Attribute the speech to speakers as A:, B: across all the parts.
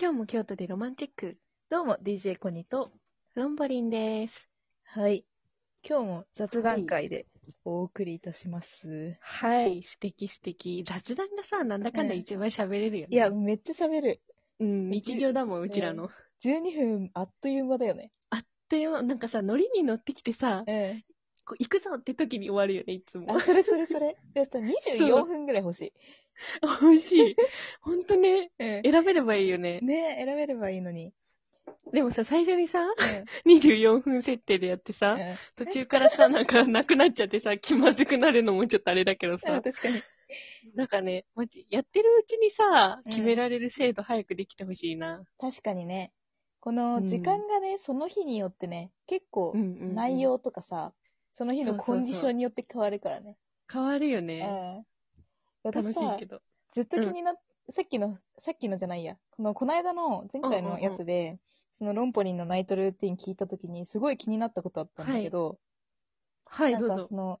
A: 今日も京都でロマンチック、
B: どうも、DJ コニと。
A: ロンボリンです。
B: はい。今日も雑談会でお送りいたします。
A: はい、素敵素敵。雑談がさ、なんだかんだ
B: うん
A: 一番喋れるよね。
B: いや、、めっちゃ喋る。
A: うん、日常だもん、
B: う
A: うんちらの。
B: 12分あっという間だよね。
A: でも、なんかさ、ノリに乗ってきてさ、
B: うん。
A: こう行くぞって時に終わるよね、いつも
B: あ、。それそれそれ。 で、さ24分ぐらい欲し
A: 美味しい。ほんとね、
B: い。
A: 選
B: う
A: べればいいよね
B: ん。。ねえ、選べればいいのに。
A: でもさ、最初にさ、
B: う
A: 24分設定でやってさ
B: ん。、うん
A: 途中からさ、なんかなくなっちゃってさ、気まずくなるのもちょっとあれだけど
B: あ
A: さ、
B: 確かに。
A: なんかね、マジ、やってるうちにさ、
B: うん
A: 決められる制度早くできてほしいな。
B: 確かにね。この時間がね、その日によってね、結構
A: うんうんうん
B: 内容とかさ、その日
A: そ
B: の
A: うそうそ
B: コ
A: う
B: ンディションによって変わるからね。
A: 変わるよ
B: う
A: ね。
B: ん。
A: 楽しい
B: 私さ
A: けど。
B: ずっと気になっ、さっきの、さっきのじゃないや。この、この間の前回のやつで、そのロンポリンのナイトルーティン聞いたときに、すごい気になったことあったんだけど、
A: はい、ど
B: な
A: うん
B: か
A: ぞ
B: そ。の、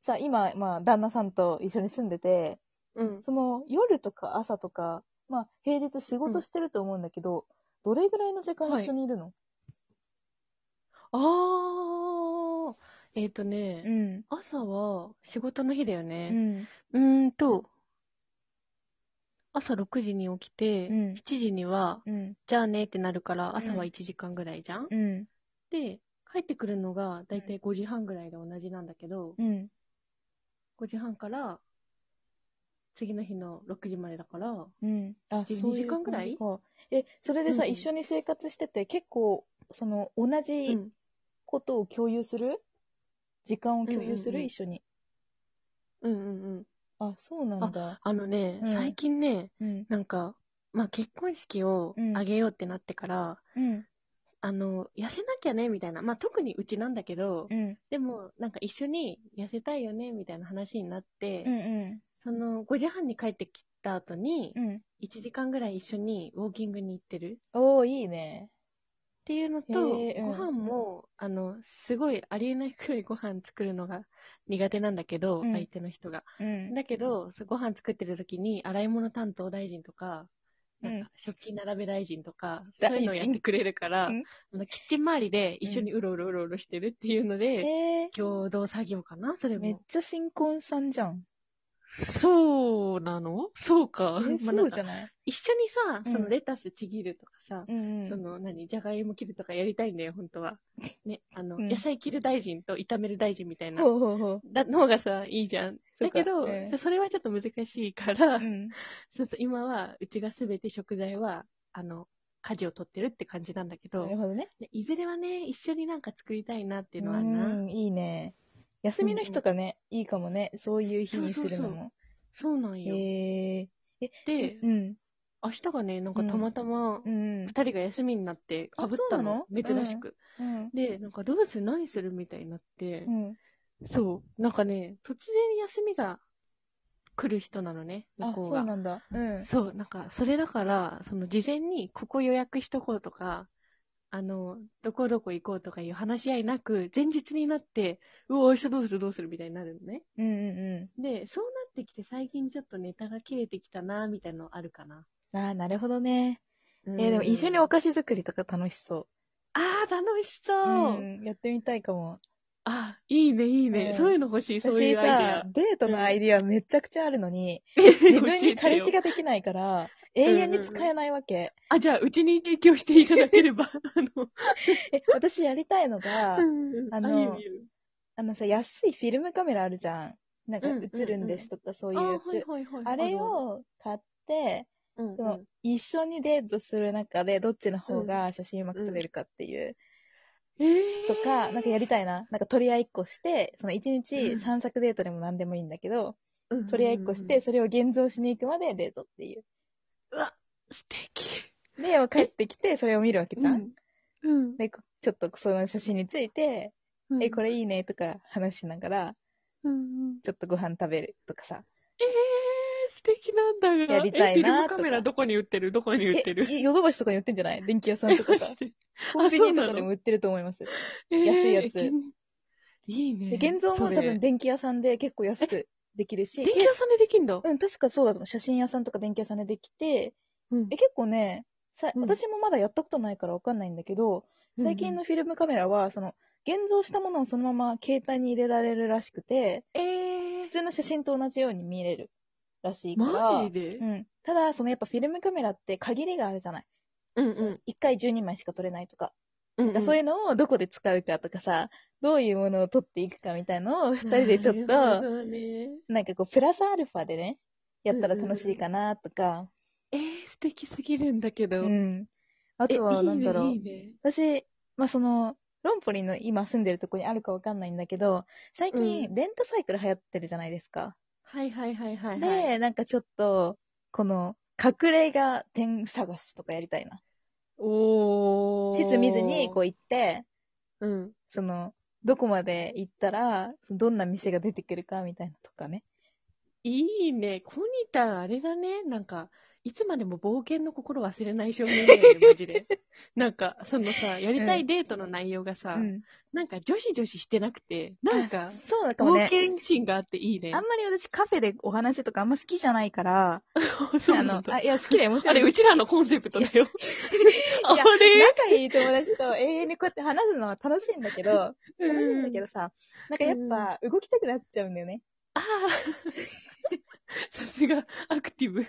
B: さ、今、まあ、旦那さんと一緒に住んでて、
A: うん。
B: その、夜とか朝とか、まあ、平日仕事してると思うんだけど、どれぐらいの時間
A: はい
B: 一緒にいるの、
A: あー。えっ、とね、
B: ん。
A: 朝は仕事の日だよ
B: う
A: ね。
B: ん。
A: うーんと、朝6時に起きて、
B: うん
A: 7時には、
B: うん。
A: じゃあねってなるから、朝は
B: うん
A: 1時間ぐらいじゃん、
B: うん。
A: で、帰ってくるのがだいたい5時半ぐらいで同じなんだけど、
B: うん。
A: 5時半から、次の日の6時までだから、
B: うん。あ、
A: じ
B: そういう
A: 2時間ぐらい
B: 感じかえ、それでさ、
A: うんうん
B: 一緒に生活してて、結構、その、同じ、
A: うん
B: ことを共有する時間を共有する、
A: うんうんうん
B: 一緒に。
A: うんうんうん。
B: あ、そうなんだ。
A: あのね、
B: うん
A: 最近ね、
B: うん。
A: なんか、まあ、結婚式を
B: うん
A: あげようってなってから、
B: うん。
A: あの、痩せなきゃね、みたいな。まあ、特にうちなんだけど、
B: うん。
A: でも、なんか一緒に痩せたいよね、みたいな話になって、
B: うん。うん。
A: その、5時半に帰ってきた後に、
B: うん。
A: 1時間ぐらい一緒にウォーキングに行ってる。
B: おー、いいね。
A: っていうのと、
B: へーうん
A: ご飯も、あの、すごいありえないくらいご飯作るのが苦手なんだけど、
B: うん
A: 相手の人が。
B: うん。
A: だけど、そうご飯作ってる時に、洗い物担当大臣とか、
B: う
A: なんんか、食器並べ大臣とか、そ
B: 大臣
A: ういうのをやってくれるから、
B: うん
A: あのキッチン周りで一緒にうろうろうろうろしてるっていうので、
B: え
A: 共同作業かなそれ
B: ー、めっ
A: も。
B: ちゃ新婚さんじゃん。
A: そうなのそうか。
B: え
A: まあ
B: そうじ
A: なんか
B: ゃない
A: 一緒に
B: う
A: さ、
B: ん
A: そのレタスちぎるとかさ、
B: うんうん。
A: その、何、じゃがいも切るとかやりたいんだよ、本当は。ね、あの、
B: うん
A: 野菜切る大臣と炒める大臣みたいな。
B: ほうほうほう。
A: だの方がさ、いいじゃん。
B: そう
A: だ
B: か
A: けど、
B: うん
A: そそれはちょっと難しいから、
B: うん。
A: そうそう、今は、うちがすべて食材は、あの、家事を取ってるって感じなんだけ
B: な
A: ど
B: る、ほどね。
A: でいずれはね、一緒になんか作りたいなっていうのはあるな。
B: うん、いいね。休みの日とかね、いいかもね。そういう日にするの
A: そう
B: も。
A: そうなんよ。
B: えー。
A: で、
B: うん。
A: 明日がね、なんかたまたま、
B: うん
A: 二。人が休みになって、か
B: あ
A: ぶったの
B: そうなの
A: 珍しく、
B: うん。
A: で、なんかどうする何するみたいになって、
B: うん。
A: そう、なんかね、突然休みが来る人なのね、向
B: あ、
A: こう
B: そう
A: が。
B: なんだ。うん。
A: そう、なんか、それだから、その事前にここ予約しとこうとか、あの、どこどこ行こうとかいう話し合いなく、前日になって、うお、明日どうするどうするみたいになるのね。
B: うんうん
A: で、そうなってきて最近ちょっとネタが切れてきたな、みたいなのあるかな。
B: うん。ああ、なるほどね。
A: え
B: えーでも一緒にお菓子作りとか楽しそ。
A: あー、楽しそうう、
B: ん、やってみたいかも。
A: あ、いいね、いいね。
B: うん
A: そういうの欲しい、そうい
B: 私
A: うアイデ
B: さ
A: ア、。
B: デートのアイディアめちゃくちゃあるのに、 自分に彼氏
A: が。
B: ができないから、
A: ん
B: 永遠に使えないわけ。
A: あ、じゃあ、うちに提供していただければ、あの、
B: え、私やりたいのが、あの
A: あゆゆ
B: あのさ、安いフィルムカメラあるじゃん。なんか
A: うん
B: 映るんですとかそういうや
A: あはい
B: つ。
A: はいはい
B: あれ、を買って、
A: るるうんうん
B: その一緒にデートする中でどっちの方が写真うまく撮れるかっていう、
A: えー、
B: とか、なんかやりたいな。なんか取り合いっこして、その一
A: うん
B: 日三作デートでも何でもいいんだけど、
A: うんうんうん、
B: 取り合いっこして、それを現像しに行くまでデートっていう。
A: うわ、素敵。
B: で、帰ってきて、それを見るわけじゃん。
A: うん。
B: で、こちょっとその写真について、
A: うん
B: え、これいいねとか話しながら、
A: うんうん
B: ちょっとご飯食べるとかさ。
A: えー、素敵なんだが。
B: やりたいな
A: えフィルムカメ
B: と
A: ラ
B: か
A: どこに売ってるどこに売ってる
B: え、ヨドバシとかに売ってんじ ゃない電気屋さんとかさ。コンビニとかでも売ってると思います。安いやつ
A: えーいいね。
B: で、現像も
A: それ
B: 多分電気屋さんで結構安くできるし、
A: 電気屋さんでできんだ。
B: うん、確かそうだと思う。写真屋さんとか電気屋さんでできて、
A: うん
B: え、結構ね、さ
A: うん
B: 私もまだやったことないからわかんないんだけど、最近のフィルムカメラは、その、現像したものをそのまま携帯に入れられるらしくて、
A: ええ
B: 普通の写真と同じように見れるらしいから。
A: マジで
B: うん。ただ、そのやっぱフィルムカメラって限りがあるじゃない。
A: うん
B: その1回12枚しか撮れないとか。
A: うん。
B: なんかそういううのをどこで使うかとかさ、どういうものを撮っていくかみたいのを2人でちょっと、
A: なるほどね
B: なんかこう、プラスアルファでね、やったら楽しいかなとか。
A: えー、素敵すぎるんだけど。
B: うん。あ
A: え
B: とは、なんだろう。
A: いいね、いいね。
B: 私、まあ、その、ロンポリンの今住んでるとこにあるかわかんないんだけど、最
A: う
B: 近、レンタサイクル流行ってるじゃないですか。
A: はいはいはいはい、はい。
B: で、なんかちょっと、この、隠れ家点探しとかやりたいな。
A: おー。
B: 地図見ずに、こう行って、
A: う。うん。
B: その、どこまで行ったら、そのどんな店が出てくるかみたいなとかね。
A: いいね。コニタン、あれだね。なんか、いつまでも冒険の心忘れない少年だよ ね、マジで。なんか、そのさ、やりたいデートの内容がさ、
B: うん。
A: なんか、女子女子してなくて、なん
B: あ
A: か、
B: そうだかも
A: 冒
B: ね。
A: 険心があっていいね。
B: あんまり私カフェでお話とかあんま好きじゃないから、
A: そう
B: あ
A: な
B: の
A: ん、だ
B: あ、いや、好きだよ、もちろ
A: あ
B: ん。
A: れ、うちらのコンセプトだよ。 あ
B: いや
A: れ
B: 仲いい友達と永遠にこうやって話すのは楽しいんだけど、
A: う
B: 楽しいんだ
A: ん
B: けどさ、なんかやっぱ動きたくなっちゃうんだよね。
A: ああ。 さすが、アクティブ。
B: い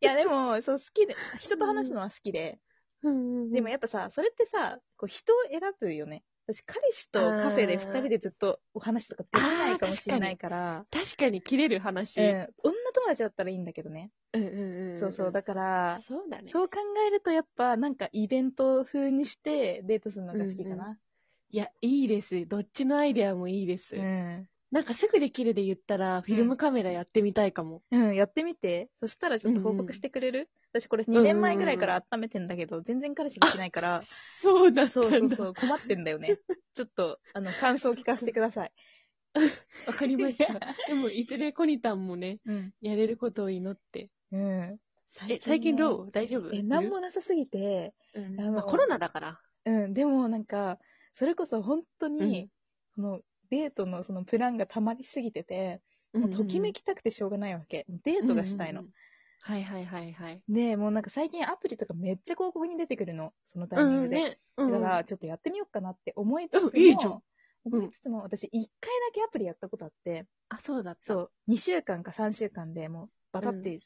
B: や、でも、そう、好きで、人と話すのは好きで、でもやっぱさ、それってさ、こう人を選ぶよね。私、彼氏とカフェで
A: あー
B: 二人でずっとお話とかできないかもしれないから、
A: 確かに切れる話。
B: うん、女友達だったらいいんだけどね。
A: うんうんうん。
B: そうそう、だから、
A: そうだね。
B: そう考えるとやっぱなんかイベント風にしてデートするのが好きかな。
A: いや、いいです。どっちのアイデアもいいです。
B: うん。
A: なんかすぐできるで言ったら、フィルムカメラやってみたいかも。
B: うん、やってみて。そしたらちょっと報
A: うんうん
B: 告してくれる、私これ
A: うんう
B: 2
A: ん
B: 年前ぐらいから温めてんだけど、全然彼氏できないから、
A: そうだった
B: そ
A: ん
B: う
A: だ。
B: そうそう、困ってんだよね。ちょっと、あの、感想を聞かせてください。
A: わかりました。でも、いずれコニタンもね、
B: うん。
A: やれることを祈って。
B: うん。
A: え、最近
B: う
A: どう大丈夫
B: え、なん、もなさすぎて、
A: いるうん
B: あの
A: まあコロナだから。
B: うん、でもなんか、それこそ本当
A: うん
B: に、この、デートのそのプランが溜まりすぎてて、もうときめきたくてしょうがないわけ。デ
A: うん
B: ー
A: うんう
B: ト
A: ん
B: がしたいの。。
A: はいはいはいはい。
B: で、もうなんか最近アプリとかめっちゃ広告に出てくるの、そのタイミングで。
A: ね。うん
B: だから、ちょっとやってみようかなって思いつつも、
A: うんいいじゃん
B: 思いつつも、私、1回だけアプリやったことあって、
A: あ、そうだった。
B: そう、2週間か3週間でもう、バタって、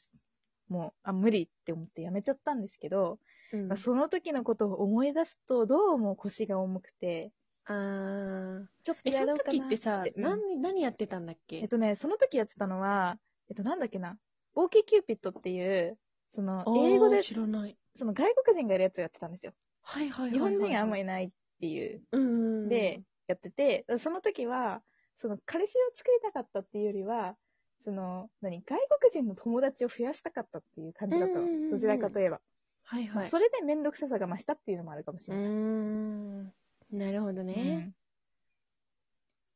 B: もう、あ、無理って思ってやめちゃったんですけど、
A: うん。
B: まあ、その時のことを思い出すと、どうも腰が重くて、
A: あー
B: ちょっと
A: え、
B: や
A: そ
B: ろ
A: の
B: うか
A: 時
B: な
A: ってさ、
B: うん
A: 何、何やってたんだっけ
B: えっとね、その時やってたのは、えっと、なんだっけな、オーケーキューピットっていう、その、英語
A: あー
B: で、
A: 知らない。
B: その外国人がやるやつをやってたんですよ。
A: はいはいはいはい。
B: 日本人があんま
A: り。
B: いないっていう
A: うんうんうん。
B: で、やってて、その時は、その彼氏を作りたかったっていうよりは、その、何、外国人の友達を増やしたかったっていう感じだった
A: うんうんうんう
B: の。
A: ん
B: どちらかといえば。
A: はい
B: まあ
A: はい。
B: それで面倒くささが増したっていうのもあるかもし
A: うー
B: れない。
A: ん。なるほどね。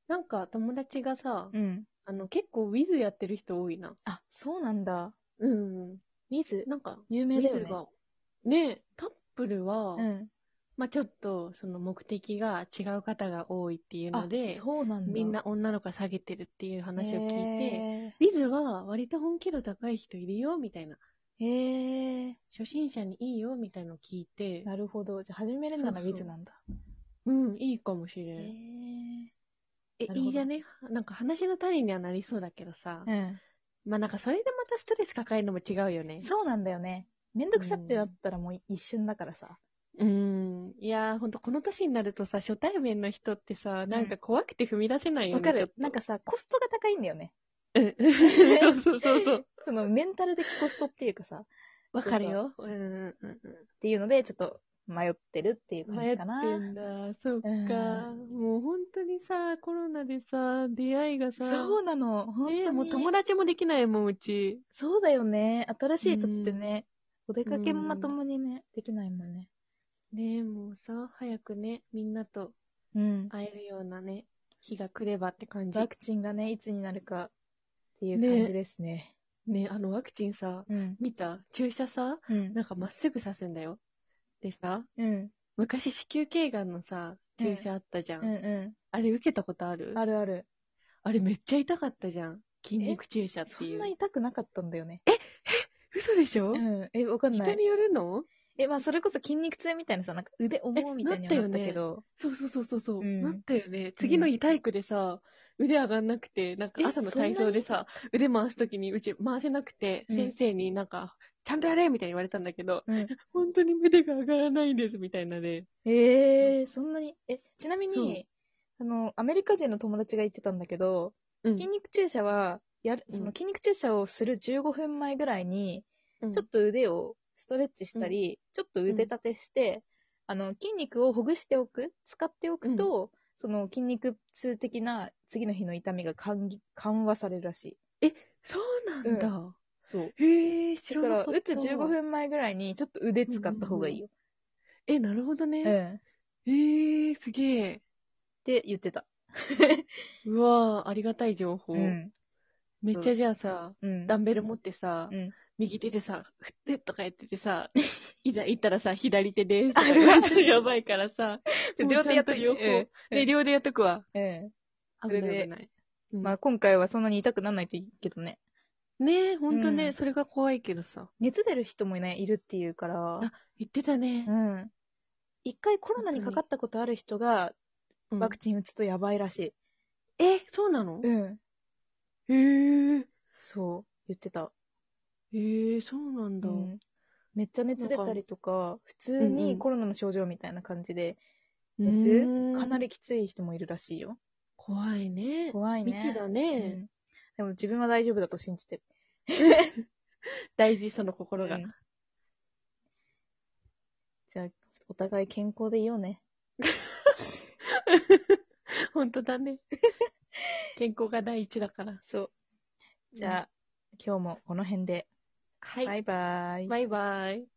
A: なんか友達がさ、
B: うん。うん。
A: あの、結構ウィズやってる人多いな。
B: あ、そうなんだ。
A: うん。
B: ウィズ、
A: なんか、
B: 有
A: ウ
B: 名だ
A: ィ
B: よ
A: ズ
B: ね。
A: が、ね、タップルは、
B: うん。
A: まあちょっと、その目的が違う方が多いっていう
B: あ
A: ので、
B: そうなんだ。
A: みんな女の子は下げてるっていう話を聞いて、
B: い
A: ウィズは割と本気度高い人いるよ、みたいな。
B: て。へえ。
A: 初心者にいいよ、みたいなの聞いて、
B: なるほど。じゃあ始めるならウィズなんだ。
A: うん、いいかもしれ
B: へ
A: ん。
B: え。
A: え
B: な、るほど
A: いいじゃねなんか話の種にはなりそうだけどさ。
B: うん。
A: まあなんかそれでまたストレス抱えるのも違うよね。
B: そうなんだよね。めんどくさってなったらもう一瞬だからさ。
A: うん。いやー、ほんとこの年になるとさ、初対面の人ってさ、なんか怖くて踏み出せないよ
B: わ
A: ね。
B: か
A: ちょっ
B: る
A: と。
B: なんか、さ、コストが高いんだよね。
A: うん。 そうそうそうそう。
B: そのメンタル的コストっていうかさ、っ
A: わかるよ。うんうんうん
B: ていうので、ちょっと迷ってるっていう
A: うん。迷
B: 感
A: っ
B: じ
A: て
B: かな。
A: んだ。そっか。
B: うん
A: もう本当にさ、コロナでさ、出会いがさ、
B: そうなの。本当に、
A: ね、もう友達もできないもん、うち。
B: そうだよね。新しい土地でね、お出かけもまともにね、できないもんね。
A: ねえ、もうさ、早くね、みんなと
B: うん。
A: 会えるようなね、日が来ればって感じ
B: ワ。クチンがね、いつになるかっていう感じですね。
A: ね、あのワクチンさ、
B: うん。
A: 見た注射さ、
B: うん。
A: なんかまっすぐ刺すんだよ。でさ、
B: うん。
A: 昔子宮頸がんのさ、注射あったじゃん。
B: うん。う
A: あれ受けたことある
B: ん。
A: あ
B: あるある。
A: れめっちゃ痛かったじゃん。筋肉注射っ
B: そ
A: てい
B: ん
A: う
B: な。痛くなかったんだよね。
A: 嘘でしょ、
B: うん。え、わかんな
A: 人
B: い。
A: によるの
B: え、まあ、それこそ筋肉痛みたいなさ、なんか腕重みたいにはなったけど、
A: そうそうそうそうそう、
B: うん
A: なったよね。次の日体育でさ、腕上がんなくて、なんか朝の体操でさ、腕回すときにうち回せなくて、
B: うん
A: 先生になんか、ちゃんとやれみたいに言われたんだけど、
B: うん
A: 本当に腕が上がらないんですみたいなね。
B: ええそんなに。え、ちなみ
A: そう
B: に、あの、アメリカ人の友達が言ってたんだけど、
A: うん。
B: 筋肉注射は、やる、
A: うん
B: その筋肉注射をする15分前ぐらいに、
A: うん
B: ちょっと腕をストレッチしたり、ちょっと腕立てして、あの、筋肉をほぐしておく、使っておくと、その筋肉痛的な次の日の痛みが緩ぎ緩和されるらしい。
A: そうなんだ。
B: そう。
A: へえ、知ら
B: だか
A: な
B: ら、
A: った。
B: 打つ15。分前ぐらいに、ちょっと腕使った方がいいよ。
A: え、なるほどね。
B: うん。っ
A: へえ、すげえ。
B: て言って た。
A: うわーありがたい情報。
B: うん。
A: めっちゃじゃあさ、
B: うん。
A: ダンベル持ってさ、
B: うん
A: 右手でさ、振ってとかやっててさ、 いざ行ったらさ、左手ですと
B: あ
A: か
B: る
A: 言
B: あ
A: わ
B: る
A: れたらやばいからさ、 もう
B: 両手やっと
A: ちゃん両方。
B: うんうん
A: で、両手やっとくわ。
B: うん。そ
A: 危
B: れで
A: ない危ない。うん
B: まあ今回はそんなに痛くならないといいけどね。
A: ねえ、ほんとね、
B: うん
A: それが怖いけどさ。
B: 熱出る人もね、いるっていうから、
A: あ言ってたね
B: う。ん。一回コロナにかかったことある人が
A: うん
B: ワクチン打つとやばいらし
A: え、そうなの
B: い。うん。
A: へえ。
B: そう、言ってた。
A: へえ、そうなんだ。
B: うんめっちゃ熱出たりとか、普通
A: うんう
B: に
A: ん
B: コロナの症状みたいな感じで、
A: う
B: 熱
A: ーん
B: かなりきつい人もいるらしいよ。
A: 怖いね。
B: 怖いね。
A: 未知だ
B: う
A: ね。
B: ん。でも自分は大丈夫だと信じてる。
A: 大事、その心が。
B: うんじゃあ、お互い健康でいようね。
A: 本当だね。健康が第一だから。
B: そう。じゃあ、今日もこの辺で。
A: はい。
B: バイバーイ。
A: バイバイ。